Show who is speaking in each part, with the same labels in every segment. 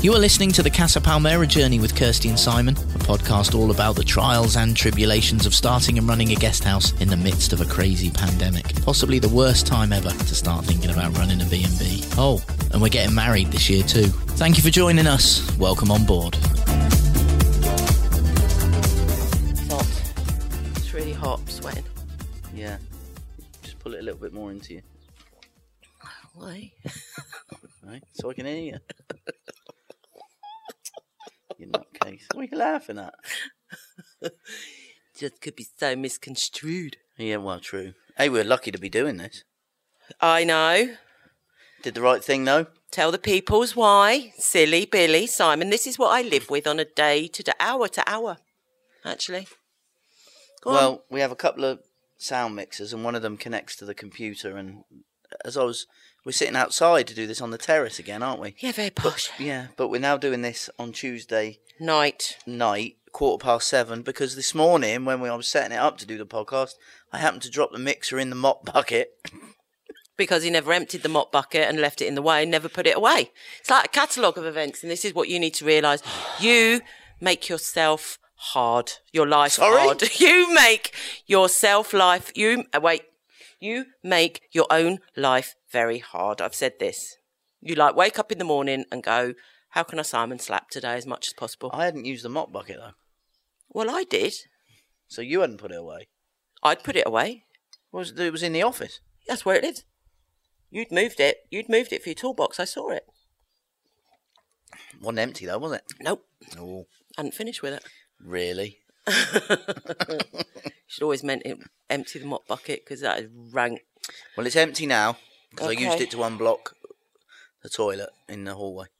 Speaker 1: You are listening to the Casa Palmera Journey with Kirsty and Simon, a podcast all about the trials and tribulations of starting and running a guest house in the midst of a crazy pandemic. Possibly the worst time ever to start thinking about running a B&B. Oh, and we're getting married this year too. Thank you for joining us. Welcome on board.
Speaker 2: It's hot. It's really hot. I'm sweating.
Speaker 3: Yeah. Just pull it a little bit more into you.
Speaker 2: Why?
Speaker 3: Right? So I can hear you. You're nutcase. What are you laughing at?
Speaker 2: Just could be so misconstrued.
Speaker 3: Yeah, well, true. Hey, we're lucky to be doing this.
Speaker 2: I know.
Speaker 3: Did the right thing, though.
Speaker 2: Tell the peoples why. Silly Billy, Simon. This is what I live with on a day to day, hour to hour, actually. Go on.
Speaker 3: Well, we have a couple of sound mixers, and one of them connects to the computer. And as I was, we're sitting outside to do this on the terrace again, aren't we?
Speaker 2: yeah, very posh.
Speaker 3: Yeah, but we're now doing this on Tuesday
Speaker 2: Night.
Speaker 3: night, quarter past seven, because this morning when we, I was setting it up to do the podcast, I happened to drop the mixer in the mop bucket.
Speaker 2: Because he never emptied the mop bucket and left it in the way and never put it away. It's like a catalogue of events, and this is what you need to realise. You make yourself hard. Your life
Speaker 3: Sorry?
Speaker 2: hard. You make yourself life you uh, wait. You make your own life very hard. I've said this. You like wake up in the morning and go, How can I Simon slap today as much as possible?
Speaker 3: I hadn't used the mop bucket though,
Speaker 2: well I did.
Speaker 3: so you hadn't put it away.
Speaker 2: I'd put it away.
Speaker 3: What was it? It was in the office.
Speaker 2: That's where it lived. You'd moved it. You'd moved it for your toolbox. I saw it.
Speaker 3: Wasn't empty though, was it?
Speaker 2: Nope.
Speaker 3: Oh,
Speaker 2: Hadn't finished with it.
Speaker 3: really?
Speaker 2: Should always meant it, empty the mop bucket because that is rank.
Speaker 3: Well, it's empty now because I used
Speaker 2: Okay.
Speaker 3: it to unblock the toilet in the hallway.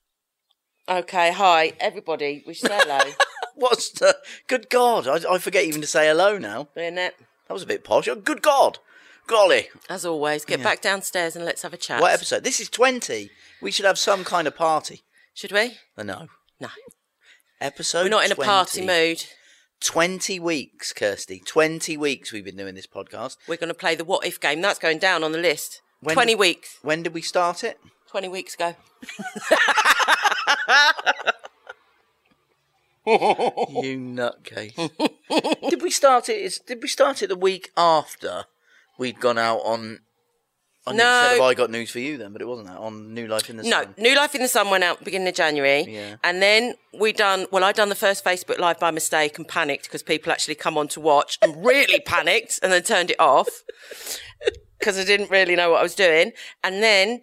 Speaker 2: Okay, hi everybody. We should say hello.
Speaker 3: What's the? Good God, I, I forget even to say hello now.
Speaker 2: Burnett,
Speaker 3: That was a bit posh. Oh, good God, golly,
Speaker 2: as always, get back downstairs and let's have a chat.
Speaker 3: what episode? This is twenty. We should have some kind of party.
Speaker 2: Should we?
Speaker 3: I know.
Speaker 2: No,
Speaker 3: Episode.
Speaker 2: we're not in a party
Speaker 3: 20.
Speaker 2: mood.
Speaker 3: Twenty weeks, Kirsty. Twenty weeks we've been doing this podcast.
Speaker 2: We're going to play the what if game. That's going down on the list.
Speaker 3: When-
Speaker 2: Twenty weeks.
Speaker 3: When did we start it?
Speaker 2: Twenty weeks ago.
Speaker 3: you nutcase. did we start it? Is, did we start it the week after we'd gone out on? I nearly
Speaker 2: No.
Speaker 3: said, "Have I got news for you then, but it wasn't that on New Life in the
Speaker 2: No,
Speaker 3: Sun.
Speaker 2: New Life in the Sun went out beginning of January.
Speaker 3: Mm. Yeah.
Speaker 2: And then we done, well, I done the first Facebook Live by mistake and panicked because people actually come on to watch and really panicked and then turned it off because I didn't really know what I was doing. And then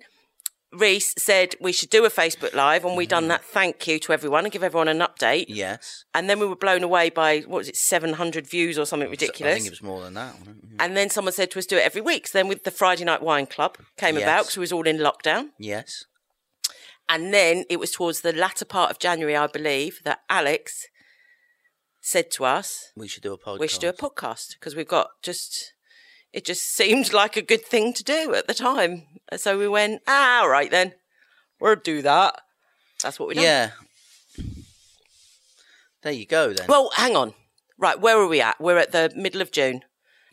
Speaker 2: Reese said we should do a Facebook Live and we
Speaker 3: Mm-hmm.
Speaker 2: done that thank you to everyone and give everyone an update.
Speaker 3: Yes,
Speaker 2: And then we were blown away by, what was it, 700 views or something ridiculous.
Speaker 3: I think it was more than that. wasn't it?
Speaker 2: and then someone said to us, do it every week. So then with the Friday Night Wine Club came about 'cause
Speaker 3: Yes.
Speaker 2: about because we was all in lockdown.
Speaker 3: Yes,
Speaker 2: And then it was towards the latter part of January, I believe, that Alex said to us,
Speaker 3: we should do a podcast.
Speaker 2: We should do a podcast because we've got just, it just seemed like a good thing to do at the time. So we went, Ah, all right then, we'll do that. That's what we did.
Speaker 3: Yeah. There you go then.
Speaker 2: Well, hang on. Right, where are we at? We're at the middle of June.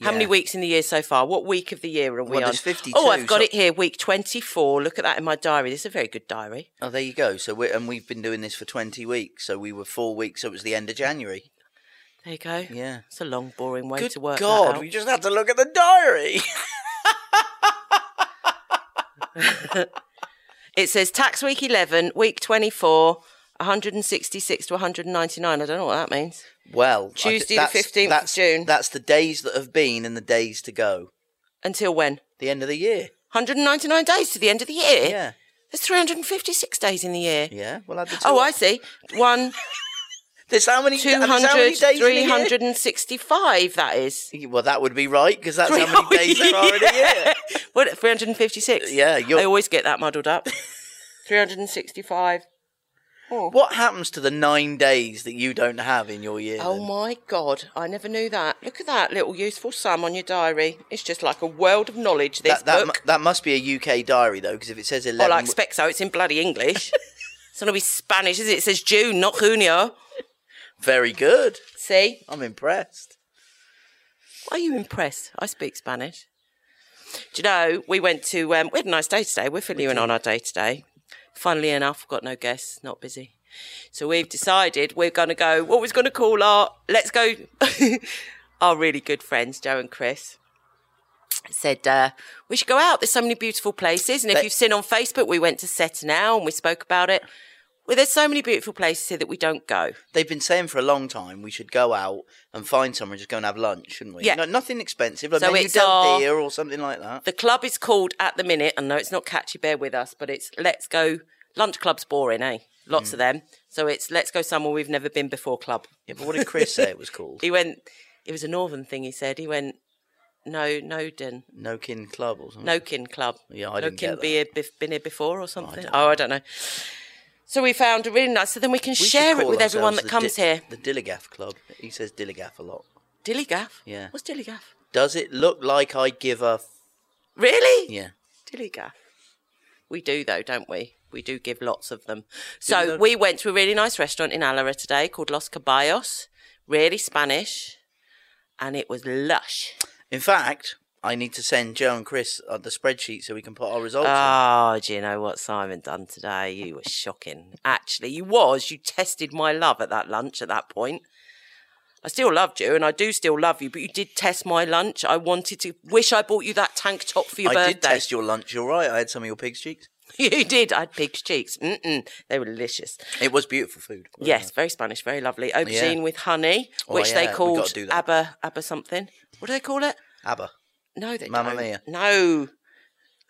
Speaker 2: How many
Speaker 3: Yeah.
Speaker 2: weeks in the year so far? What week of the year are we
Speaker 3: Well,
Speaker 2: on?
Speaker 3: there's 52,
Speaker 2: oh, I've got
Speaker 3: so-
Speaker 2: it here, week 24. Look at that in my diary. This is a very good diary.
Speaker 3: oh, there you go. So we and we've been doing this for twenty weeks. So we were four weeks. So it was the end of January.
Speaker 2: There you go.
Speaker 3: Yeah.
Speaker 2: It's a long, boring way
Speaker 3: Good
Speaker 2: to work that
Speaker 3: God,
Speaker 2: out.
Speaker 3: we just had to look at the diary.
Speaker 2: It says tax week 11, week 24, 166 to 199. I don't know what that means.
Speaker 3: Well, I thi-
Speaker 2: Tuesday the
Speaker 3: that's-
Speaker 2: 15th of
Speaker 3: that's-
Speaker 2: June.
Speaker 3: That's the days that have been and the days to go.
Speaker 2: Until when?
Speaker 3: The end of the year.
Speaker 2: 199 days to the end of the year.
Speaker 3: Yeah,
Speaker 2: There's 356 days in the year.
Speaker 3: yeah. Well, I did.
Speaker 2: Oh, I see. One,
Speaker 3: There's how many? there's how many
Speaker 2: 200,
Speaker 3: days in a year?
Speaker 2: 365, that is.
Speaker 3: Yeah, Well, that would be right because that's how many days there are in a year.
Speaker 2: What, 356?
Speaker 3: Yeah, you're-
Speaker 2: I always get that muddled up. 365.
Speaker 3: What happens to the nine days that you don't have in your year?
Speaker 2: Oh
Speaker 3: then?
Speaker 2: my God, I never knew that. Look at that little useful sum on your diary. It's just like a world of knowledge, this
Speaker 3: that that,
Speaker 2: book. Oh,
Speaker 3: mu- that must be a UK diary though, because if it says
Speaker 2: Well,
Speaker 3: eleven,
Speaker 2: I expect so. It's in bloody English. it's not going to be Spanish, is it? It says June, not Junio.
Speaker 3: very good.
Speaker 2: See?
Speaker 3: I'm impressed.
Speaker 2: Are you impressed? I speak Spanish. Do you know, we went to, um, we had a nice day today. We're filling you in on our day today. Funnily enough, got no guests, not busy. So we've decided we're going to go, what we're going to call our, let's go, our really good friends, Joe and Chris. Said uh, we should go out. There's so many beautiful places, and if
Speaker 3: They-
Speaker 2: you've seen on Facebook, we went to Seta now and we spoke about it. Well, there's so many beautiful places here that we don't go.
Speaker 3: They've been saying for a long time we should go out and find somewhere and just go and have lunch, shouldn't we?
Speaker 2: Yeah.
Speaker 3: No, nothing expensive, like
Speaker 2: So
Speaker 3: maybe
Speaker 2: it's our-
Speaker 3: Del Deer or something like that.
Speaker 2: The club is called at the minute, and no, it's not catchy, bear with us, but it's Let's Go. Lunch club's boring, eh? Lots
Speaker 3: Mm.
Speaker 2: of them. So it's Let's Go Somewhere We've Never Been Before Club.
Speaker 3: Yeah, but what did Chris say it was called?
Speaker 2: He went, it was a northern thing, he said. He went, no, Noden,
Speaker 3: No Kin Club or something.
Speaker 2: Nokin Club.
Speaker 3: Mm. Yeah, I didn't
Speaker 2: Nokin
Speaker 3: get that.
Speaker 2: be a- bef- been here before or something. oh, I don't know. So we found a really nice, so then we can
Speaker 3: We should
Speaker 2: share it
Speaker 3: call
Speaker 2: with everyone that
Speaker 3: ourselves
Speaker 2: comes
Speaker 3: the
Speaker 2: here.
Speaker 3: Di- The Dilligaff Club. He says Dilligaff a lot.
Speaker 2: Dillygaff?
Speaker 3: Yeah.
Speaker 2: What's Dillygaff?
Speaker 3: Does it look like I give a? F-
Speaker 2: Really?
Speaker 3: yeah.
Speaker 2: Dillygaff. We do though, don't we? We do give lots of them. So
Speaker 3: that-
Speaker 2: we went to a really nice restaurant in Alara today called Los Caballos, really Spanish, and it was lush.
Speaker 3: In fact, I need to send Joe and Chris uh, the spreadsheet so we can put our results. in.
Speaker 2: Oh, do you know what Simon done today? You were shocking. Actually, you was. You tested my love at that lunch at that point. I still loved you and I do still love you, but you did test my lunch. I wanted to wish I bought you that tank top for your
Speaker 3: I
Speaker 2: birthday.
Speaker 3: did test your lunch. You're right. I had some of your pig's cheeks.
Speaker 2: you did. I had pig's cheeks. Mm-mm. They were delicious.
Speaker 3: It was beautiful food. wasn't
Speaker 2: Yes, very Spanish, very lovely. Aubergine with honey,
Speaker 3: Oh,
Speaker 2: which
Speaker 3: yeah,
Speaker 2: they
Speaker 3: we
Speaker 2: called
Speaker 3: gotta do that.
Speaker 2: Abba Abba something. What do they call it?
Speaker 3: it? Abba.
Speaker 2: No, they
Speaker 3: Mamma
Speaker 2: don't.
Speaker 3: mia.
Speaker 2: No.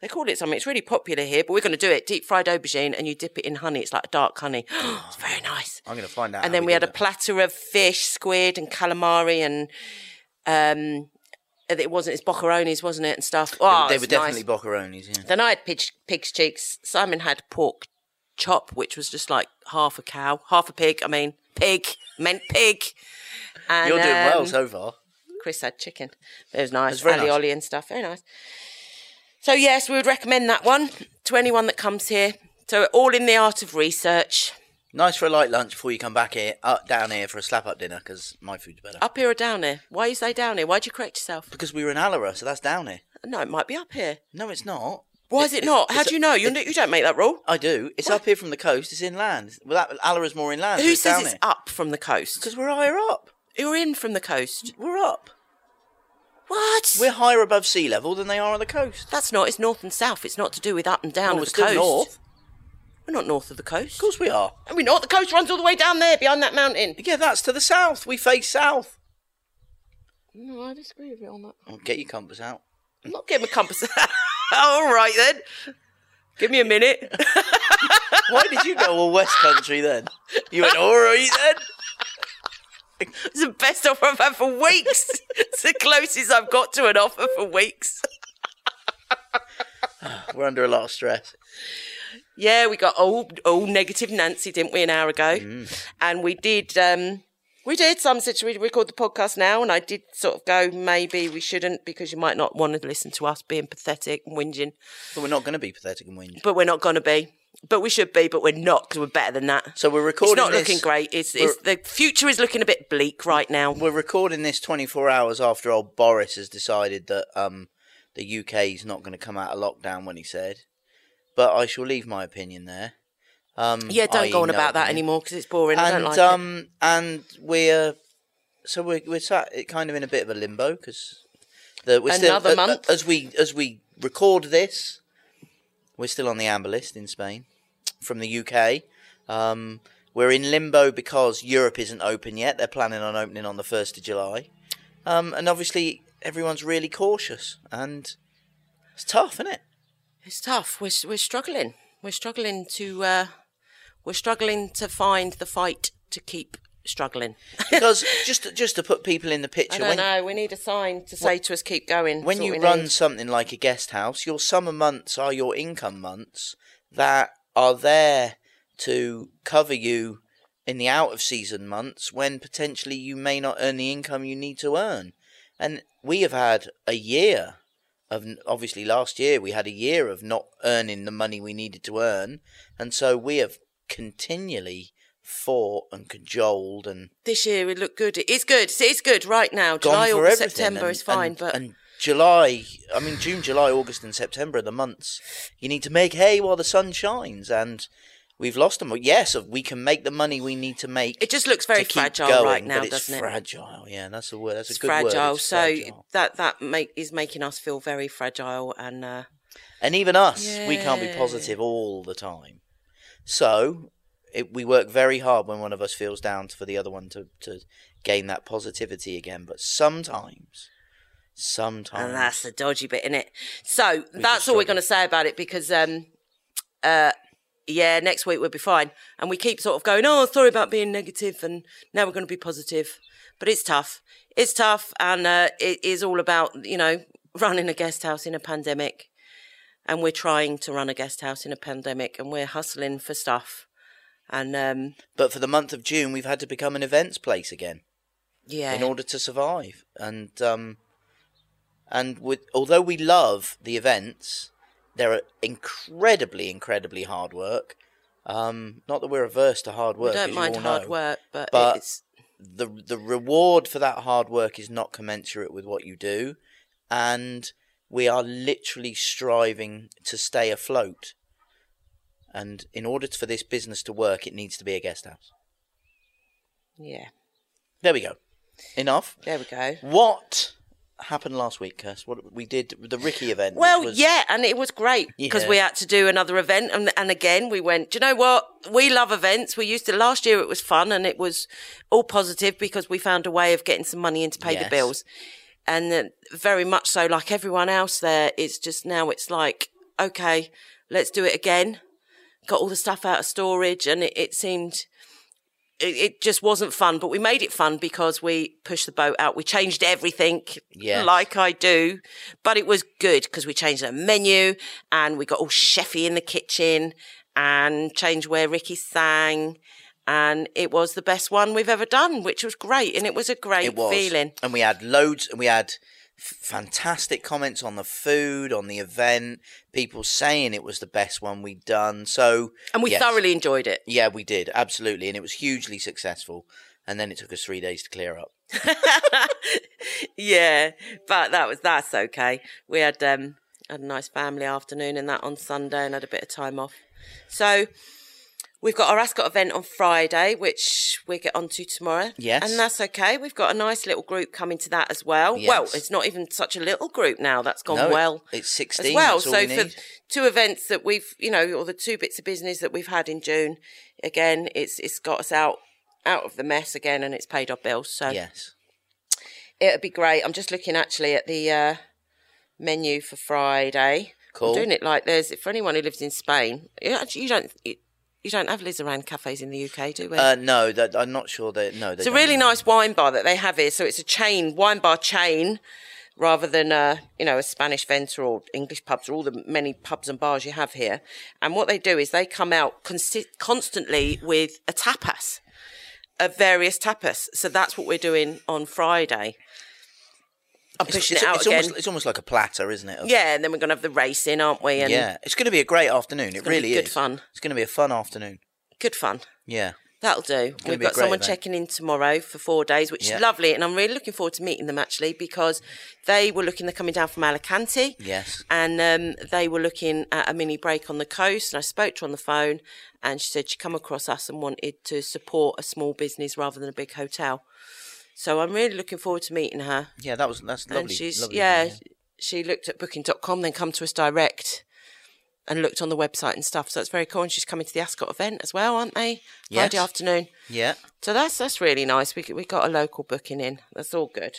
Speaker 2: They call it something. It's really popular here, but we're going to do it. Deep fried aubergine, and you dip it in honey. It's like dark honey. it's very nice.
Speaker 3: I'm going to find out.
Speaker 2: And
Speaker 3: how
Speaker 2: then we had
Speaker 3: did
Speaker 2: a platter of fish, squid, and calamari, and um, it wasn't. It's boccheronis, wasn't it, and stuff. Oh,
Speaker 3: that. They were
Speaker 2: it's nice.
Speaker 3: definitely boccheronis. Yeah.
Speaker 2: Then I had pig, pig's cheeks. Simon had pork chop, which was just like half a cow, half a pig. I mean, pig meant pig. And,
Speaker 3: You're doing well
Speaker 2: um,
Speaker 3: so far.
Speaker 2: Chris had chicken. It was nice.
Speaker 3: very nice.
Speaker 2: Alioli and stuff. Very nice. So yes, we would recommend that one to anyone that comes here. So all in the art of research.
Speaker 3: Nice for a light lunch before you come back here, up down here for a slap up dinner because my food's better.
Speaker 2: Up here or down here? Why you say down here? Why'd you correct yourself?
Speaker 3: Because we were in Alara, so that's down here.
Speaker 2: No, it might be up here.
Speaker 3: No, it's not.
Speaker 2: Why is it not? How
Speaker 3: it's-
Speaker 2: do you know? You you don't make that rule.
Speaker 3: I do. It's up here from the coast. It's inland. Well, that Alara's more inland. so
Speaker 2: Who
Speaker 3: it's
Speaker 2: says
Speaker 3: down
Speaker 2: it's
Speaker 3: here.
Speaker 2: up from the coast?
Speaker 3: Because we're higher up.
Speaker 2: You're in from the coast.
Speaker 3: We're up.
Speaker 2: What?
Speaker 3: We're higher above sea level than they are on the coast.
Speaker 2: That's not. It's north and south. It's not to do with up and down
Speaker 3: Well, we're
Speaker 2: of the
Speaker 3: still
Speaker 2: coast.
Speaker 3: north.
Speaker 2: We're not north of the coast.
Speaker 3: Of course we are.
Speaker 2: Are we not? The coast runs all the way down there behind that mountain.
Speaker 3: Yeah, that's to the south. We face south.
Speaker 2: No, I disagree with you on that.
Speaker 3: Oh, get your compass out.
Speaker 2: I'm not getting my compass. all right then. Give me a minute.
Speaker 3: Why did you go all West Country then? You went all right then.
Speaker 2: It's the best offer I've had for weeks. it's the closest I've got to an offer for weeks.
Speaker 3: We're under a lot of stress.
Speaker 2: Yeah, we got all all negative Nancy, didn't we, an hour ago?
Speaker 3: Mm.
Speaker 2: And we did. um we did. Some said, should we record the podcast now? And I did sort of go, maybe we shouldn't because you might not want to listen to us being pathetic and whinging.
Speaker 3: But we're not going to be pathetic and whinge.
Speaker 2: but we're not going to be. But we should be, but we're not because we're better than that.
Speaker 3: So we're
Speaker 2: it's
Speaker 3: recording.
Speaker 2: not
Speaker 3: this-
Speaker 2: looking great. It's, it's the future is looking a bit bleak right now.
Speaker 3: We're recording this 24 hours after old Boris has decided that um, the UK's not going to come out of lockdown when he said. But I shall leave my opinion there. Um,
Speaker 2: Yeah, don't
Speaker 3: i.e.
Speaker 2: go on
Speaker 3: no
Speaker 2: about that
Speaker 3: opinion.
Speaker 2: anymore because it's boring. I don't
Speaker 3: And
Speaker 2: like it.
Speaker 3: um, and we're so we're we're sat it kind of in a bit of a limbo because we're
Speaker 2: Another
Speaker 3: still, a- a-
Speaker 2: month.
Speaker 3: as we as we record this, we're still on the amber list in Spain from the UK. Um, we're in limbo because Europe isn't open yet. They're planning on opening on the first of July, um, and obviously everyone's really cautious, and it's tough, isn't it?
Speaker 2: It's tough. We're we're struggling. We're struggling to uh, we're struggling to find the fight to keep struggling.
Speaker 3: Because just to, just to put people in the
Speaker 2: I
Speaker 3: picture,
Speaker 2: don't
Speaker 3: when,
Speaker 2: know. We need a sign to say to us, keep going.
Speaker 3: when
Speaker 2: That's
Speaker 3: you
Speaker 2: what we
Speaker 3: run
Speaker 2: need.
Speaker 3: something like a guest house, your summer months are your income months that are there to cover you in the out of season months when potentially you may not earn the income you need to earn. And we have had a year of obviously last year we had a year of not earning the money we needed to earn, and so we have continually fought and cajoled and
Speaker 2: this year, it looked good. It's good. It's good right now.
Speaker 3: gone
Speaker 2: July,
Speaker 3: for
Speaker 2: August,
Speaker 3: everything
Speaker 2: September
Speaker 3: and-
Speaker 2: is fine,
Speaker 3: and-
Speaker 2: but
Speaker 3: and July, I mean, June, July, August, and September are the months you need to make hay while the sun shines. And we've lost them. Yes, we can make the money we need to make.
Speaker 2: It just looks very
Speaker 3: to keep
Speaker 2: fragile
Speaker 3: going,
Speaker 2: right now,
Speaker 3: but it's
Speaker 2: doesn't it?
Speaker 3: Fragile, yeah, that's a word. That's
Speaker 2: It's
Speaker 3: a good word,
Speaker 2: fragile.
Speaker 3: it's
Speaker 2: so
Speaker 3: fragile.
Speaker 2: that that make is making us feel very fragile and uh,
Speaker 3: and even us, we can't be
Speaker 2: Yeah.
Speaker 3: positive all the time. So it, we work very hard when one of us feels down for the other one to to gain that positivity again. But sometimes, sometimes,
Speaker 2: and that's the dodgy bit in it. So
Speaker 3: Oh,
Speaker 2: that's
Speaker 3: We just
Speaker 2: all we're
Speaker 3: struggle.
Speaker 2: going to say about it because um, uh, yeah, next week we'll be fine. And we keep sort of going, oh, sorry about being negative, and now we're going to be positive. But it's tough. It's tough, and uh, it is all about you know running a guest house in a pandemic. And we're trying to run a guest house in a pandemic, and we're hustling for stuff. And um,
Speaker 3: but for the month of June, we've had to become an events place again.
Speaker 2: yeah,
Speaker 3: in order to survive. And um, and with although we love the events, they're incredibly, incredibly hard work. Um, not that we're averse to hard work.
Speaker 2: I
Speaker 3: as
Speaker 2: don't
Speaker 3: you
Speaker 2: mind
Speaker 3: all
Speaker 2: hard
Speaker 3: know.
Speaker 2: work, but,
Speaker 3: but-
Speaker 2: it's
Speaker 3: The the reward for that hard work is not commensurate with what you do, and we are literally striving to stay afloat. And in order for this business to work, it needs to be a guest house.
Speaker 2: yeah.
Speaker 3: There we go. Enough.
Speaker 2: There we go.
Speaker 3: What happened last week, Kirst? What we did the Ricky event? which
Speaker 2: Well,
Speaker 3: was-
Speaker 2: yeah, and it was great because
Speaker 3: Yeah.
Speaker 2: we had to do another event, and and again we went. Do you know what? We love events. We used to last year. It was fun, and it was all positive because we found a way of getting some money in to pay
Speaker 3: Yes.
Speaker 2: the bills, and then very much so, like everyone else there, it's just now it's like okay, let's do it again. Got all the stuff out of storage, and it, it seemed. It, it just wasn't fun, but we made it fun because we pushed the boat out. We changed everything,
Speaker 3: Yes.
Speaker 2: like like I do, but it was good because we changed the menu and we got all chefy in the kitchen and changed where Ricky sang. And it was the best one we've ever done, which was great. And it was a great
Speaker 3: it was
Speaker 2: feeling.
Speaker 3: and we had loads, and we had f- fantastic comments on the food, on the event. People saying it was the best one we'd done. So,
Speaker 2: And we
Speaker 3: yes.
Speaker 2: thoroughly enjoyed it.
Speaker 3: yeah, we did absolutely, and it was hugely successful. And then it took us three days to clear up.
Speaker 2: yeah. But that was, that's okay. We had, um, had a nice family afternoon and that on Sunday and had a bit of time off. So we've got our Ascot event on Friday, which we get onto tomorrow.
Speaker 3: Yes.
Speaker 2: And that's okay. We've got a nice little group coming to that as well.
Speaker 3: Yes.
Speaker 2: Well, it's not even such a little group now. That's gone
Speaker 3: No, it-
Speaker 2: Oh, well
Speaker 3: it's sixteen.
Speaker 2: as well.
Speaker 3: that's all
Speaker 2: so
Speaker 3: we
Speaker 2: for
Speaker 3: need.
Speaker 2: two events that we've, you know, or the two bits of business that we've had in June, again, it's it's got us out out of the mess again, and it's paid our bills. So
Speaker 3: yes,
Speaker 2: it'd be great. I'm just looking actually at the uh, menu for Friday.
Speaker 3: Cool.
Speaker 2: I'm doing it like there's for anyone who lives in Spain. You actually- you don't you, you don't have Lizaran cafes in the UK, do we?
Speaker 3: uh, no, that, I'm not sure that no.
Speaker 2: It's a really nice wine bar that they have here. So it's a chain wine bar chain, rather than a you know a Spanish venter or English pubs or all the many pubs and bars you have here. And what they do is they come out consi- constantly with a tapas, a various tapas. So that's what we're doing on Friday. I'm
Speaker 3: It's,
Speaker 2: pushing
Speaker 3: it's,
Speaker 2: it out
Speaker 3: it's
Speaker 2: again.
Speaker 3: almost it's almost like a platter, isn't it? of
Speaker 2: yeah, and then we're gonna have the racing, aren't we? And
Speaker 3: Yeah, it's going to be a great afternoon. It
Speaker 2: gonna be
Speaker 3: really
Speaker 2: good
Speaker 3: is.
Speaker 2: fun.
Speaker 3: It's going to be a fun afternoon.
Speaker 2: good fun.
Speaker 3: Yeah.
Speaker 2: That'll do. We've
Speaker 3: be a
Speaker 2: got
Speaker 3: great
Speaker 2: someone
Speaker 3: event.
Speaker 2: checking in tomorrow for four days, which
Speaker 3: Yeah.
Speaker 2: is lovely, and I'm really looking forward to meeting them actually because they were looking they're coming down from Alicante.
Speaker 3: Yes.
Speaker 2: And um, they were looking at a mini break on the coast, and I spoke to her on the phone, and she said she come across us and wanted to support a small business rather than a big hotel. So I'm really looking forward to meeting her.
Speaker 3: Yeah, that was that's lovely.
Speaker 2: and she's
Speaker 3: lovely
Speaker 2: yeah,
Speaker 3: thing,
Speaker 2: she looked at booking.com, then come to us direct, and looked on the website and stuff. So it's very cool, and she's coming to the Ascot event as well, aren't they?
Speaker 3: Yes.
Speaker 2: Friday afternoon.
Speaker 3: yeah.
Speaker 2: So that's that's really nice. We we got a local booking in. That's all good.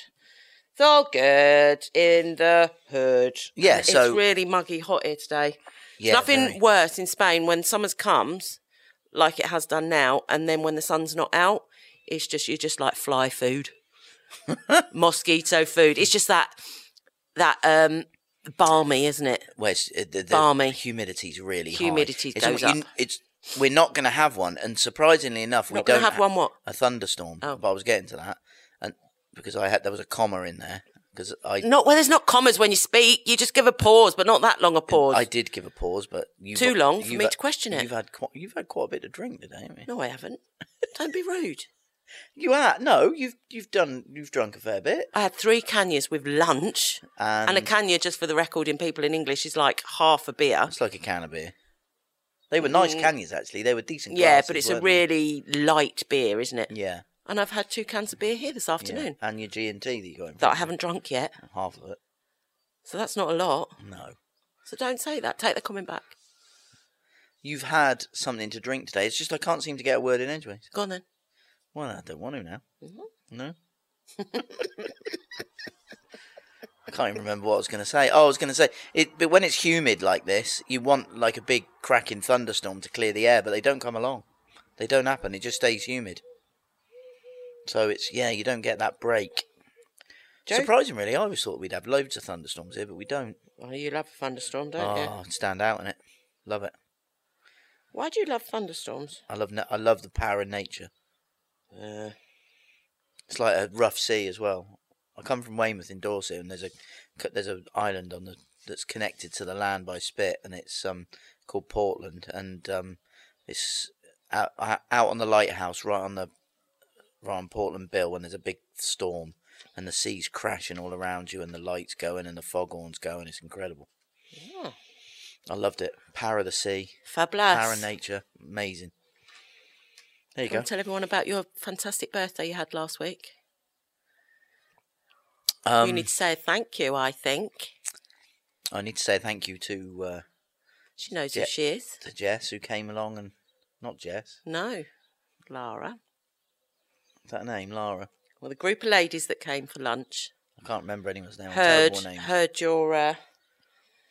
Speaker 2: It's all good in the hood.
Speaker 3: Yeah,
Speaker 2: And it's
Speaker 3: so-
Speaker 2: really muggy hot here today.
Speaker 3: Yeah,
Speaker 2: Nothing
Speaker 3: very.
Speaker 2: worse in Spain when summer's comes, like it has done now, and then when the sun's not out, it's just you're just like fly food, mosquito food. It's just that that um balmy, isn't it?
Speaker 3: Well, it's, uh, the, the
Speaker 2: Balmy.
Speaker 3: Humidity's really high.
Speaker 2: Humidity
Speaker 3: It's
Speaker 2: goes
Speaker 3: al- you-
Speaker 2: up.
Speaker 3: it's we're not going to have one, and surprisingly enough, we
Speaker 2: Not
Speaker 3: don't
Speaker 2: gonna have
Speaker 3: ha-
Speaker 2: one what?
Speaker 3: a thunderstorm.
Speaker 2: Oh.
Speaker 3: But I was getting to that, and because I had there was a comma in there because I
Speaker 2: Not well. There's not commas when you speak. You just give a pause, but not that long a pause.
Speaker 3: I did give a pause, but you
Speaker 2: Too long for me to question it.
Speaker 3: You've had quite, you've had quite a bit to drink today, haven't you?
Speaker 2: No, I haven't. Don't be rude.
Speaker 3: You are no, you've you've done you've drunk a fair bit.
Speaker 2: I had three canyas with lunch,
Speaker 3: And,
Speaker 2: and a canya, just for the record, in people in English, is like half a beer.
Speaker 3: it's like a can of beer. They were nice canyons actually. They were decent.
Speaker 2: Mm. Yeah,
Speaker 3: glasses,
Speaker 2: but it's a
Speaker 3: weren't they?
Speaker 2: really light beer, isn't it?
Speaker 3: yeah,
Speaker 2: And I've had two cans of beer here this
Speaker 3: yeah.
Speaker 2: afternoon
Speaker 3: and your G and T that you got in
Speaker 2: that I
Speaker 3: front
Speaker 2: haven't drunk yet.
Speaker 3: of you. half of it.
Speaker 2: So that's not a lot.
Speaker 3: No,
Speaker 2: So don't say that. Take the comment back.
Speaker 3: you've had something to drink today. It's just I can't seem to get a word in edgeways.
Speaker 2: Go on then.
Speaker 3: Well, I don't want to now.
Speaker 2: Mm-hmm.
Speaker 3: No. I can't even remember what I was going to say. Oh, I was going to say it, but when it's humid like this, you want like a big cracking thunderstorm to clear the air, but they don't come along. They don't happen. It just stays humid. So it's yeah, you don't get that break.
Speaker 2: Joe?
Speaker 3: Surprising, really. I always thought we'd have loads of thunderstorms here, but we don't.
Speaker 2: Oh, you love a thunderstorm, don't you?
Speaker 3: Oh, it'd stand out in it. Love it.
Speaker 2: Why do you love thunderstorms?
Speaker 3: I love. Na- I love the power of nature.
Speaker 2: Uh,
Speaker 3: It's like a rough sea as well. I come from Weymouth in Dorset, and there's a c- there's an island on the that's connected to the land by spit, and it's um called Portland, and um it's out out out on the lighthouse, right on the right on Portland Bill, when there's a big storm, and the sea's crashing all around you, and the lights going, and the foghorns going. It's incredible. I loved it. Power of the sea,
Speaker 2: Fabulous.
Speaker 3: power of nature, amazing. There you
Speaker 2: Go
Speaker 3: go.
Speaker 2: and tell everyone about your fantastic birthday you had last week.
Speaker 3: Um,
Speaker 2: you need to say thank you, I think.
Speaker 3: I need to say thank you to. Uh,
Speaker 2: She knows
Speaker 3: Yeah.
Speaker 2: who she is.
Speaker 3: to Jess who came along and not Jess.
Speaker 2: No, Lara.
Speaker 3: Is that her name? Lara.
Speaker 2: Well, the group of ladies that came for lunch
Speaker 3: I can't remember anyone's name. I'm
Speaker 2: heard
Speaker 3: terrible at names.
Speaker 2: heard your uh,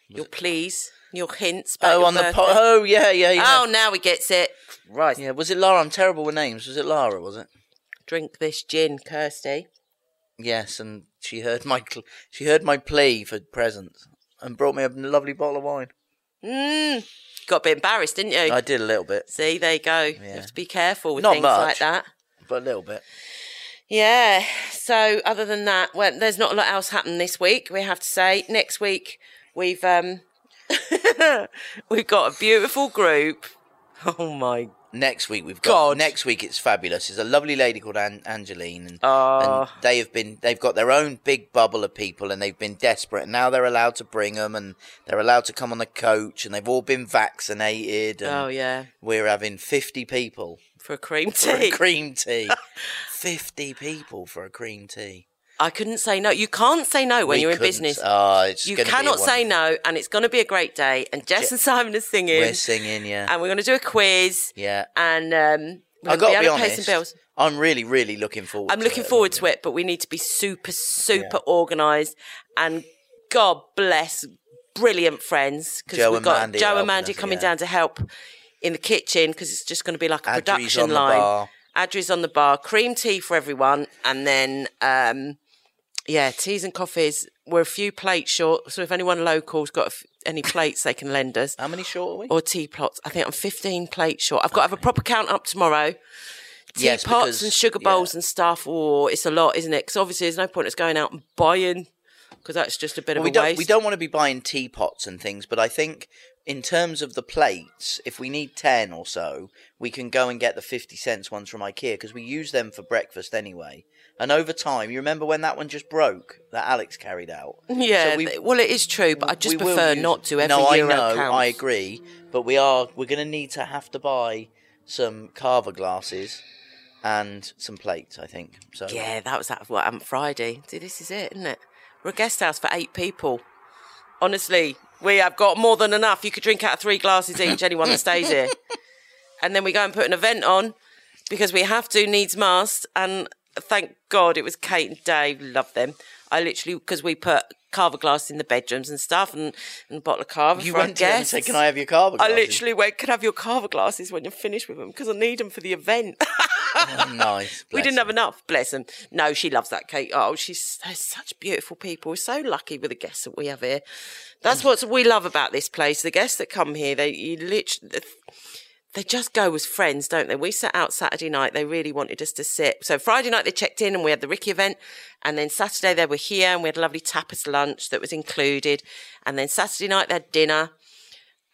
Speaker 2: your pleas, your hints. about
Speaker 3: Oh,
Speaker 2: your
Speaker 3: on the po-
Speaker 2: birthday.
Speaker 3: oh yeah yeah yeah.
Speaker 2: Oh, now he gets it.
Speaker 3: right. Yeah, was it Lara? I'm terrible with names. Was it Lara? Was it?
Speaker 2: Drink this gin, Kirsty.
Speaker 3: Yes, and she heard my cl- she heard my plea for presents and brought me a lovely bottle of wine.
Speaker 2: Mm. Got a bit embarrassed, didn't you?
Speaker 3: I did a little bit,
Speaker 2: See, there you go. You
Speaker 3: Yeah.
Speaker 2: have to be careful with
Speaker 3: Not
Speaker 2: things
Speaker 3: much.
Speaker 2: like that.
Speaker 3: but a little bit.
Speaker 2: Yeah. So other than that, well, there's not a lot else happened this week. We have to say next week we've um we've got a beautiful group. Oh my
Speaker 3: Next week we've got.
Speaker 2: God.
Speaker 3: Next week it's fabulous. There's a lovely lady called An- Angeline, and,
Speaker 2: Oh.
Speaker 3: and they have been. They've got their own big bubble of people, and they've been desperate. And now they're allowed to bring them, and they're allowed to come on the coach, and they've all been vaccinated. And
Speaker 2: Oh yeah,
Speaker 3: We're having fifty people
Speaker 2: for a cream
Speaker 3: for a
Speaker 2: tea.
Speaker 3: cream tea. fifty people for a cream tea.
Speaker 2: I couldn't say no. You can't say no when
Speaker 3: We
Speaker 2: you're in
Speaker 3: couldn't-
Speaker 2: business.
Speaker 3: oh, it's
Speaker 2: you
Speaker 3: gonna be
Speaker 2: cannot say
Speaker 3: wonderful.
Speaker 2: no, and it's going to be a great day. And Jess and Simon are singing,
Speaker 3: We're singing, yeah,
Speaker 2: and we're going to do a quiz,
Speaker 3: yeah.
Speaker 2: and um, we're
Speaker 3: I
Speaker 2: going to
Speaker 3: got to
Speaker 2: be
Speaker 3: be
Speaker 2: able to pay some bills.
Speaker 3: honest. I'm really, really looking forward.
Speaker 2: I'm
Speaker 3: to
Speaker 2: looking
Speaker 3: it.
Speaker 2: forward to it, but we need to be super, super organised. And God bless brilliant friends because
Speaker 3: Joe
Speaker 2: we've
Speaker 3: and
Speaker 2: got
Speaker 3: Mandy are
Speaker 2: Joe and
Speaker 3: helping
Speaker 2: Mandy
Speaker 3: us,
Speaker 2: coming
Speaker 3: yeah.
Speaker 2: down to help in the kitchen because it's just going to be like a
Speaker 3: Adri's
Speaker 2: production
Speaker 3: on the
Speaker 2: line.
Speaker 3: bar.
Speaker 2: Adri's on the bar, cream tea for everyone, and then um, yeah, teas and coffees. We're a few plates short, so if anyone local's got a f- any plates, they can lend us
Speaker 3: How many short are we?
Speaker 2: or tea plots. I think I'm 15 plates short. I've got to have a proper count up tomorrow. Teapots
Speaker 3: Yes,
Speaker 2: pots
Speaker 3: because-
Speaker 2: and sugar
Speaker 3: yeah.
Speaker 2: bowls and stuff. Oh, it's a lot, isn't it? Because obviously, there's no point us going out and buying because that's just a bit
Speaker 3: Well,
Speaker 2: of
Speaker 3: we
Speaker 2: a
Speaker 3: don't
Speaker 2: waste.
Speaker 3: we don't want to be buying teapots and things, but I think in terms of the plates, if we need ten or so, we can go and get the fifty cents ones from IKEA because we use them for breakfast anyway. And over time, you remember when that one just broke that Alex carried out.
Speaker 2: Yeah,
Speaker 3: So we-
Speaker 2: th- well, it is true, but I just
Speaker 3: We will
Speaker 2: prefer
Speaker 3: use-
Speaker 2: not to. Every
Speaker 3: no,
Speaker 2: euro
Speaker 3: I know,
Speaker 2: counts.
Speaker 3: I agree, but we are we're going to need to have to buy some carver glasses and some plates. I think so.
Speaker 2: Yeah, that was that. What happened Friday? See, this is it, isn't it? We're a guest house for eight people. Honestly, we have got more than enough. You could drink out of three glasses each. Anyone that stays here, and then we go and put an event on because we have to needs must. And thank God it was Kate and Dave. Love them. I literally because we put carver glass in the bedrooms and stuff, and, and a bottle of carver.
Speaker 3: you
Speaker 2: for our
Speaker 3: went to them and
Speaker 2: guests.
Speaker 3: said, "Can I have your carver?"
Speaker 2: I
Speaker 3: Glasses?
Speaker 2: literally went. Can I have your carver glasses when you're finished with them because I need them for the event.
Speaker 3: nice.
Speaker 2: We
Speaker 3: bless
Speaker 2: didn't
Speaker 3: you.
Speaker 2: have enough. Bless them. No, she loves that cake. Oh, she's they're such beautiful people. We're so lucky with the guests that we have here. That's what we love about this place. The guests that come here, they you literally. They just go as friends, don't they? We sat out Saturday night. They really wanted us to sit. So Friday night they checked in and we had the Ricky event. And then Saturday they were here and we had a lovely tapas lunch that was included. And then Saturday night they had dinner.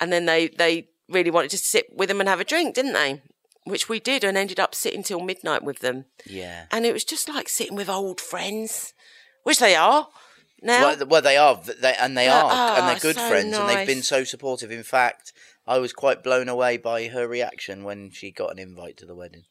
Speaker 2: And then they, they really wanted to sit with them and have a drink, didn't they? which we did and ended up sitting till midnight with them.
Speaker 3: Yeah.
Speaker 2: And it was just like sitting with old friends, which they are now.
Speaker 3: Well, th- well, they are, v- they, and they
Speaker 2: They
Speaker 3: are, and
Speaker 2: are,
Speaker 3: they're good
Speaker 2: so
Speaker 3: friends, and they've
Speaker 2: nice.
Speaker 3: been so supportive. In fact, I was quite blown away by her reaction when she got an invite to the wedding.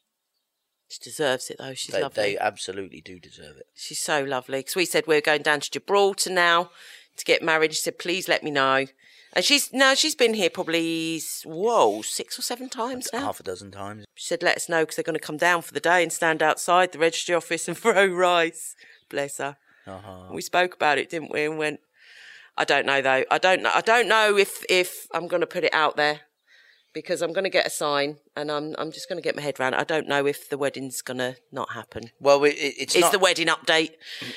Speaker 2: she deserves it though. She's
Speaker 3: They,
Speaker 2: lovely.
Speaker 3: they absolutely do deserve it.
Speaker 2: She's so lovely. Because we said we are going down to Gibraltar now to get married. She said, please let me know. And she's now she's been here probably s- whoa six or seven times now.
Speaker 3: Half a dozen times.
Speaker 2: She said, let us know because they're going to come down for the day and stand outside the registry office and throw rice. Bless her.
Speaker 3: Uh-huh.
Speaker 2: We spoke about it, didn't we? And went, I don't know though. I don't know. I don't know if if I'm going to put it out there because I'm going to get a sign and I'm I'm just going to get my head round. it. I don't know if the wedding's going to not happen.
Speaker 3: Well, it, it- it's
Speaker 2: It's
Speaker 3: not.
Speaker 2: the wedding update.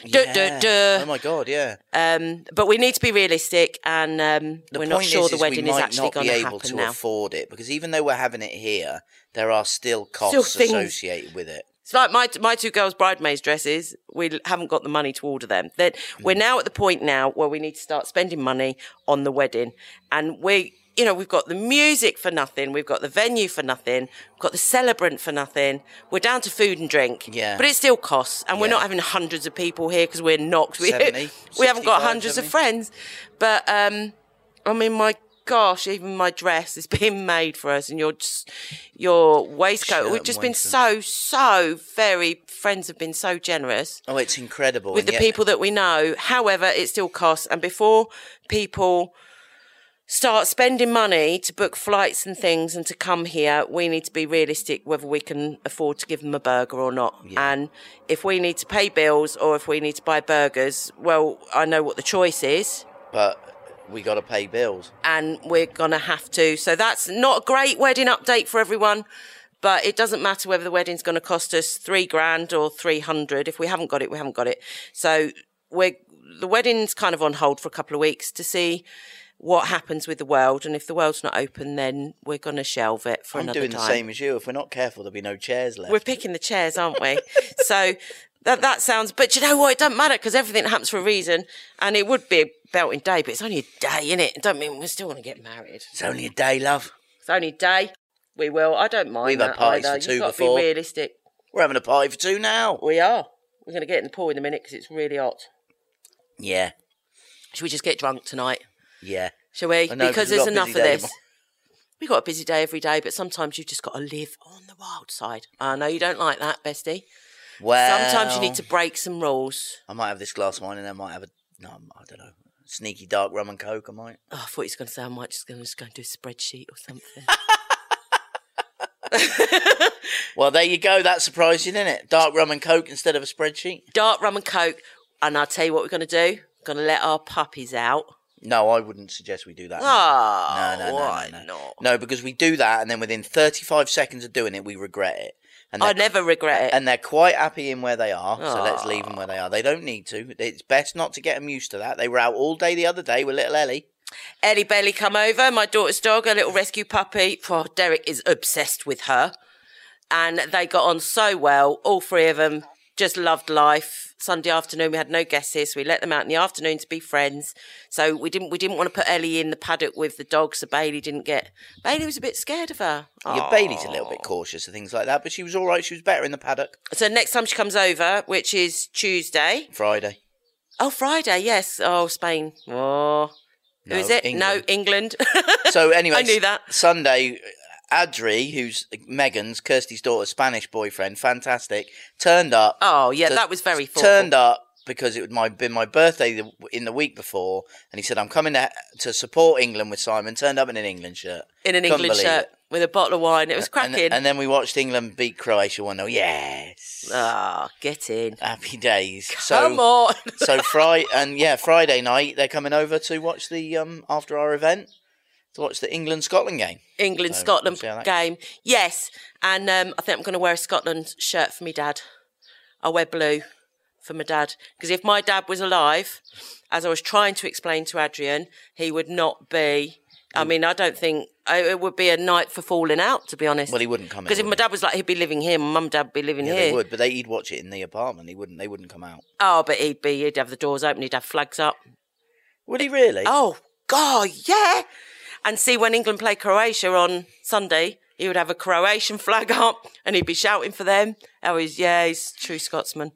Speaker 2: Duh, duh,
Speaker 3: yeah.
Speaker 2: duh.
Speaker 3: Oh my god! Yeah.
Speaker 2: Um, but we need to be realistic, and um, we're
Speaker 3: The point
Speaker 2: not sure
Speaker 3: is,
Speaker 2: the
Speaker 3: is
Speaker 2: wedding
Speaker 3: we
Speaker 2: is
Speaker 3: might
Speaker 2: actually
Speaker 3: not
Speaker 2: going
Speaker 3: be
Speaker 2: to
Speaker 3: able
Speaker 2: happen
Speaker 3: to
Speaker 2: now.
Speaker 3: afford it because even though we're having it here, there are still costs
Speaker 2: things.
Speaker 3: associated with it.
Speaker 2: it's like my my two girls' bridesmaids' dresses. We haven't got the money to order them. That we're
Speaker 3: Hmm.
Speaker 2: now at the point now where we need to start spending money on the wedding, and we. You know, we've got the music for nothing. We've got the venue for nothing. We've got the celebrant for nothing. We're down to food and drink.
Speaker 3: Yeah.
Speaker 2: But it still costs. And we're
Speaker 3: Yeah.
Speaker 2: not having hundreds of people here because we're knocked. We,
Speaker 3: 70,
Speaker 2: we haven't got
Speaker 3: 65,
Speaker 2: hundreds of
Speaker 3: 70.
Speaker 2: friends. But um, I mean, my gosh, even my dress is being made for us, and your your waistcoat.
Speaker 3: Shirt
Speaker 2: We've
Speaker 3: and
Speaker 2: just been
Speaker 3: waistcoat.
Speaker 2: so so very friends have been so generous
Speaker 3: Oh, it's incredible.
Speaker 2: with
Speaker 3: and
Speaker 2: the
Speaker 3: yet-
Speaker 2: people that we know. However, it still costs, and before people start spending money to book flights and things and to come here, we need to be realistic whether we can afford to give them a burger or not. And if we need to pay bills or if we need to buy burgers, well, I know what the choice is
Speaker 3: but we got to pay bills.
Speaker 2: and we're going to have to. So that's not a great wedding update for everyone, but it doesn't matter whether the wedding's going to cost us three grand or 300. If we haven't got it, we haven't got it. So we're, the wedding's kind of on hold for a couple of weeks to see what happens with the world. And if the world's not open, then we're going to shelve it for
Speaker 3: I'm
Speaker 2: another
Speaker 3: doing
Speaker 2: time.
Speaker 3: the same as you. If we're not careful, there'll be no chairs left.
Speaker 2: We're picking the chairs, aren't we? so that that sounds. But you know what? It doesn't matter because everything happens for a reason, and it would be a belting day, but it's only a day, innit? it? Don't mean we still want to get married.
Speaker 3: It's only a day, love.
Speaker 2: It's only a day. We will. I don't mind.
Speaker 3: We've had
Speaker 2: that
Speaker 3: parties
Speaker 2: either.
Speaker 3: for two
Speaker 2: You've got
Speaker 3: before.
Speaker 2: to be realistic.
Speaker 3: We're having a party for two now.
Speaker 2: We are. We're going to get in the pool in a minute because it's really hot.
Speaker 3: Yeah,
Speaker 2: Should we just get drunk tonight?
Speaker 3: yeah.
Speaker 2: Shall we?
Speaker 3: I know,
Speaker 2: because
Speaker 3: 'cause we've
Speaker 2: there's
Speaker 3: got a
Speaker 2: enough
Speaker 3: busy
Speaker 2: of
Speaker 3: day
Speaker 2: this.
Speaker 3: tomorrow.
Speaker 2: We've got a busy day every day, but sometimes you've just got to live on the wild side. I know you don't like that, bestie.
Speaker 3: Well,
Speaker 2: Sometimes you need to break some rules.
Speaker 3: I might have this glass of wine, and I might have a no. I don't know. Sneaky dark rum and coke. I might.
Speaker 2: Oh, I thought he was going to say I might just going to just go and do a spreadsheet or something.
Speaker 3: Well, there you go. That's surprising, isn't it? Dark rum and coke instead of a spreadsheet.
Speaker 2: Dark rum and coke, and I'll tell you what we're going to do. Going to let our puppies out.
Speaker 3: No, I wouldn't suggest we do that.
Speaker 2: Oh,
Speaker 3: no, no, no,
Speaker 2: why
Speaker 3: no,
Speaker 2: not?
Speaker 3: No, because we do that, and then within 35 seconds of doing it, we regret it. And
Speaker 2: I
Speaker 3: they're,
Speaker 2: never regret it.
Speaker 3: and they're quite happy in where they are, so let's leave them where they are. They don't need to. It's best not to get them used to that. They were out all day the other day with little Ellie.
Speaker 2: Ellie Bailey come over, my daughter's dog, a little rescue puppy. Oh, Derek is obsessed with her. And they got on so well, all three of them just loved life. Sunday afternoon we had no guests here, so we let them out in the afternoon to be friends. So we didn't we didn't want to put Ellie in the paddock with the dog, so Bailey didn't get Bailey was a bit scared of her. Oh.
Speaker 3: Yeah, Bailey's a little bit cautious and things like that, but she was all right. She was better in the paddock
Speaker 2: So next time she comes over, which is Tuesday.
Speaker 3: Friday.
Speaker 2: Oh, Friday, yes. Oh, Spain. Oh.
Speaker 3: No,
Speaker 2: Who is it? No,
Speaker 3: England.
Speaker 2: England.
Speaker 3: So anyway,
Speaker 2: I knew that.
Speaker 3: Sunday, Adri, who's Megan's Kirsty's daughter's Spanish boyfriend, fantastic, turned up.
Speaker 2: oh, yeah,
Speaker 3: So
Speaker 2: that was very thoughtful.
Speaker 3: turned up because it had my been my birthday the, in the week before, and he said, "I'm coming to, to support England with Simon." Turned up in an England shirt,
Speaker 2: in an
Speaker 3: Couldn't
Speaker 2: England
Speaker 3: believe
Speaker 2: shirt
Speaker 3: it.
Speaker 2: with a bottle of wine. It was
Speaker 3: And,
Speaker 2: cracking.
Speaker 3: and then we watched England beat Croatia one 0 Yes,
Speaker 2: Ah, get in.
Speaker 3: happy days.
Speaker 2: Come
Speaker 3: so,
Speaker 2: on.
Speaker 3: so Friday and yeah, Friday night they're coming over to watch the um after our event to watch the England Scotland game.
Speaker 2: England
Speaker 3: So,
Speaker 2: Scotland
Speaker 3: we'll see how that
Speaker 2: game. Yes. And um, I think I'm going to wear a Scotland shirt for my dad. I'll wear blue for my dad. Because if my dad was alive, as I was trying to explain to Adrian, he would not be.
Speaker 3: Mm.
Speaker 2: I mean, I don't think I- it would be a night for falling out, to be honest.
Speaker 3: Well, he wouldn't come in,
Speaker 2: Because if
Speaker 3: would
Speaker 2: my dad was like, he'd be living here, my mum and dad would be living
Speaker 3: Yeah,
Speaker 2: here.
Speaker 3: they would, but they, he'd watch it in the apartment. He wouldn't. They wouldn't come out.
Speaker 2: Oh, but he'd be, he'd have the doors open, he'd have flags up.
Speaker 3: Would he really?
Speaker 2: Oh God, yeah. And see when England play Croatia on Sunday, He would have a Croatian flag up and he'd be shouting for them. Oh, he's, yeah, he's a true Scotsman.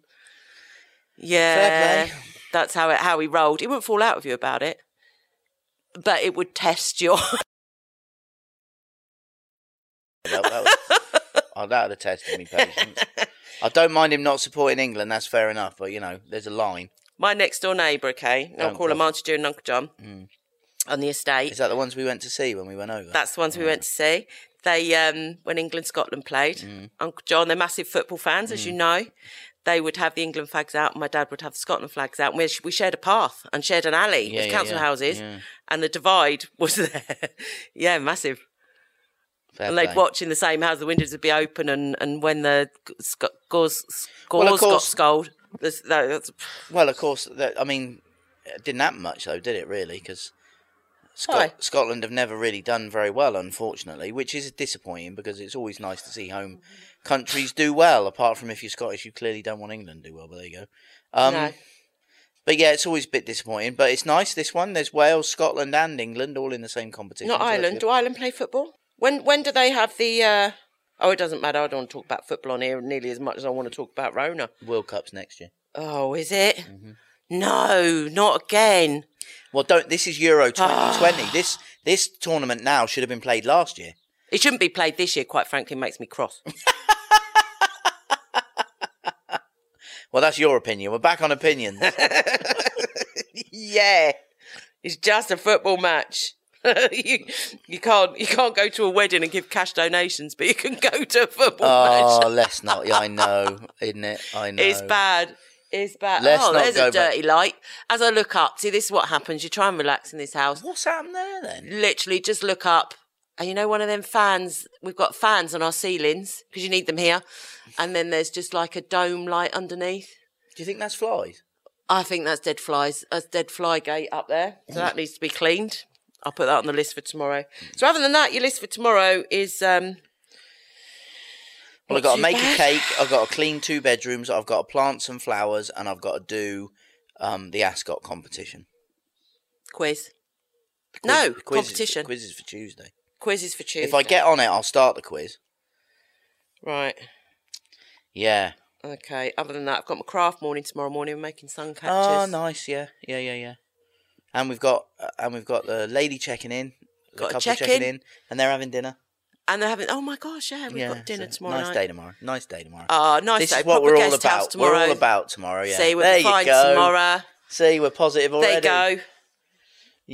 Speaker 2: Yeah.
Speaker 3: play.
Speaker 2: That's how it, how he rolled. He wouldn't fall out with you about it, but it would test your.
Speaker 3: That, that was, oh, that would have tested me patience. I don't mind him not supporting England. That's fair enough. But you know, there's a line.
Speaker 2: My next door neighbour, okay? I'll
Speaker 3: Don't
Speaker 2: call him
Speaker 3: bother.
Speaker 2: Auntie June and Uncle John on the estate.
Speaker 3: Is that the ones we went to see when we went over?
Speaker 2: That's the ones we went to see. They um, when England Scotland played,
Speaker 3: Mm.
Speaker 2: Uncle John, they're massive football fans, as you know. They would have the England flags out, and my dad would have the Scotland flags out. And we, we shared a path and shared an alley
Speaker 3: Yeah,
Speaker 2: with
Speaker 3: yeah,
Speaker 2: council
Speaker 3: yeah.
Speaker 2: houses,
Speaker 3: Yeah.
Speaker 2: and the divide was there. yeah, massive.
Speaker 3: fair
Speaker 2: And they'd
Speaker 3: play.
Speaker 2: watch in the same house. The windows would be open, and, and when the sc- gauze,
Speaker 3: Well,
Speaker 2: gauze
Speaker 3: of
Speaker 2: got
Speaker 3: course-
Speaker 2: scold, that's, that's
Speaker 3: Well, of course, that, I mean, it didn't happen much though, did it? Really, because
Speaker 2: Why?
Speaker 3: Scotland have never really done very well, unfortunately, which is disappointing because it's always nice to see home countries do well. Apart from if you're Scottish, you clearly don't want England to do well. But there you go. Um,
Speaker 2: no.
Speaker 3: But yeah, it's always a bit disappointing. But it's nice this one. There's Wales, Scotland, and England all in the same competition.
Speaker 2: Not
Speaker 3: so that's
Speaker 2: Ireland.
Speaker 3: good.
Speaker 2: Do Ireland play football? When when do they have the? Uh... Oh, it doesn't matter. I don't want to talk about football on here nearly as much as I want to talk about Rona.
Speaker 3: World Cup's next year.
Speaker 2: Oh, is it?
Speaker 3: Mm-hmm.
Speaker 2: No, not again.
Speaker 3: Well, don't. This is Euro
Speaker 2: Ah.
Speaker 3: 2020. this this tournament now should have been played last year.
Speaker 2: It shouldn't be played this year. Quite frankly, makes me cross.
Speaker 3: Well, that's your opinion. We're back on opinions.
Speaker 2: yeah, it's just a football match. you you can't you can't go to a wedding and give cash donations, but you can go to a football match.
Speaker 3: Oh, let's not. Yeah, I know, isn't it? I know.
Speaker 2: It's bad. It's bad.
Speaker 3: Let's
Speaker 2: oh,
Speaker 3: not
Speaker 2: there's
Speaker 3: go
Speaker 2: a
Speaker 3: back.
Speaker 2: dirty light. As I look up, see this is what happens. You try and relax in this house.
Speaker 3: What's happened there then?
Speaker 2: literally just look up and you know one of them fans we've got fans on our ceilings because you need them here and then there's just like a dome light underneath
Speaker 3: Do you think that's flies?
Speaker 2: i think that's dead flies that's dead fly gate up there so that needs to be cleaned i'll put that on the list for tomorrow so other than that your list for tomorrow is um
Speaker 3: Well,
Speaker 2: Not
Speaker 3: I've got to
Speaker 2: too
Speaker 3: make
Speaker 2: bad.
Speaker 3: a cake. I've got to clean two bedrooms. I've got to plant some flowers, and I've got to do um, the ascot competition.
Speaker 2: quiz
Speaker 3: The
Speaker 2: No,
Speaker 3: the quiz is-
Speaker 2: competition.
Speaker 3: the quiz is for Tuesday.
Speaker 2: quizzes for tuesday
Speaker 3: If I get on it, I'll start the quiz.
Speaker 2: right
Speaker 3: Yeah.
Speaker 2: okay other than that i've got my craft morning tomorrow morning we're making sun catchers
Speaker 3: Oh, nice. Yeah, yeah, yeah, yeah. And we've got uh, and we've got the lady checking in, the
Speaker 2: Got a
Speaker 3: couple
Speaker 2: check
Speaker 3: checking
Speaker 2: in.
Speaker 3: in, and they're having dinner.
Speaker 2: and they're having oh my gosh yeah we've
Speaker 3: yeah,
Speaker 2: got dinner
Speaker 3: so
Speaker 2: tomorrow
Speaker 3: Nice
Speaker 2: night.
Speaker 3: day tomorrow. Nice day tomorrow.
Speaker 2: Oh, nice
Speaker 3: this
Speaker 2: day.
Speaker 3: is what
Speaker 2: Proper
Speaker 3: we're all
Speaker 2: guest house
Speaker 3: about. We're all
Speaker 2: tomorrow.
Speaker 3: about tomorrow. Yeah.
Speaker 2: See, we'll
Speaker 3: there
Speaker 2: be fine
Speaker 3: you go.
Speaker 2: tomorrow.
Speaker 3: See, we're positive
Speaker 2: There
Speaker 3: already.
Speaker 2: you go.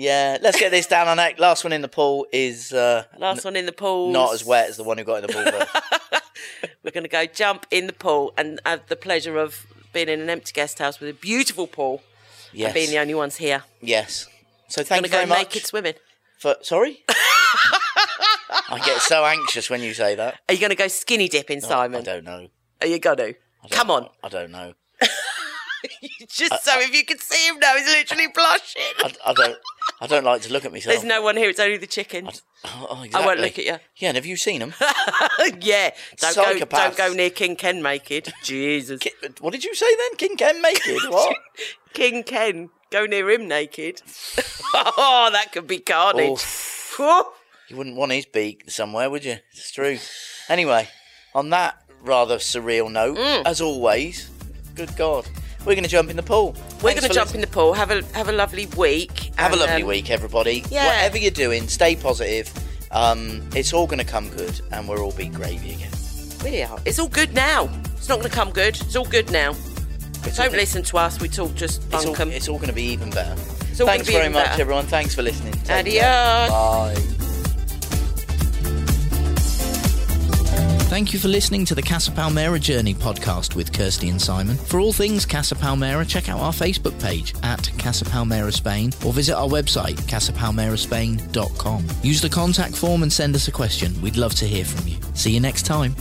Speaker 3: Yeah, let's get this down on act. Last one in the pool is uh,
Speaker 2: Last one in the pool.
Speaker 3: not as wet as the one who got in the pool first.
Speaker 2: We're going to go jump in the pool and have the pleasure of being in an empty guest house with a beautiful pool
Speaker 3: Yes.
Speaker 2: and being the only ones here.
Speaker 3: yes. So
Speaker 2: We're
Speaker 3: thank
Speaker 2: going
Speaker 3: you
Speaker 2: to go
Speaker 3: very much.
Speaker 2: naked swimming.
Speaker 3: For... Sorry? I get so anxious when you say that.
Speaker 2: Are you going to go skinny dipping,
Speaker 3: I
Speaker 2: Simon?
Speaker 3: don't know.
Speaker 2: Are you going to? Come on.
Speaker 3: I don't know.
Speaker 2: Just so if you could see him now, he's literally blushing.
Speaker 3: I, I don't. I don't like to look at myself.
Speaker 2: There's no one here. It's only the chickens.
Speaker 3: Oh, oh,
Speaker 2: I
Speaker 3: exactly.
Speaker 2: won't look at you.
Speaker 3: Yeah, and have you seen him?
Speaker 2: yeah. Don't go,
Speaker 3: Psychopaths.
Speaker 2: don't go near King Ken naked. Jesus.
Speaker 3: what did you say then? King Ken naked? What?
Speaker 2: King Ken, go near him naked. oh, that could be carnage. Whew.
Speaker 3: You wouldn't want his beak somewhere, would you? It's true. Anyway, on that rather surreal note,
Speaker 2: Mm.
Speaker 3: as always, good God, we're going to jump in the pool.
Speaker 2: We're going to jump in the pool. Have a have a lovely week.
Speaker 3: Have a
Speaker 2: and,
Speaker 3: lovely
Speaker 2: um,
Speaker 3: week, everybody.
Speaker 2: yeah.
Speaker 3: Whatever you're doing, stay positive. Um, it's all going to come good, and we'll all be gravy again.
Speaker 2: We are. It's all good now. It's not going to come good. It's all good now.
Speaker 3: It's all
Speaker 2: Don't
Speaker 3: gonna-
Speaker 2: listen to us. We talk just
Speaker 3: It's all,
Speaker 2: bunkum.
Speaker 3: it's all going to be even better.
Speaker 2: all gonna
Speaker 3: Thanks
Speaker 2: be
Speaker 3: very
Speaker 2: even
Speaker 3: much,
Speaker 2: better.
Speaker 3: everyone. Thanks for listening. Take care.
Speaker 2: Adios.
Speaker 3: Bye.
Speaker 1: Thank you for listening to the Casa Palmera Journey podcast with Kirsty and Simon. For all things Casa Palmera, check out our Facebook page at Casa Palmera Spain or visit our website, casapalmeraspain.com. Use the contact form and send us a question. We'd love to hear from you. See you next time.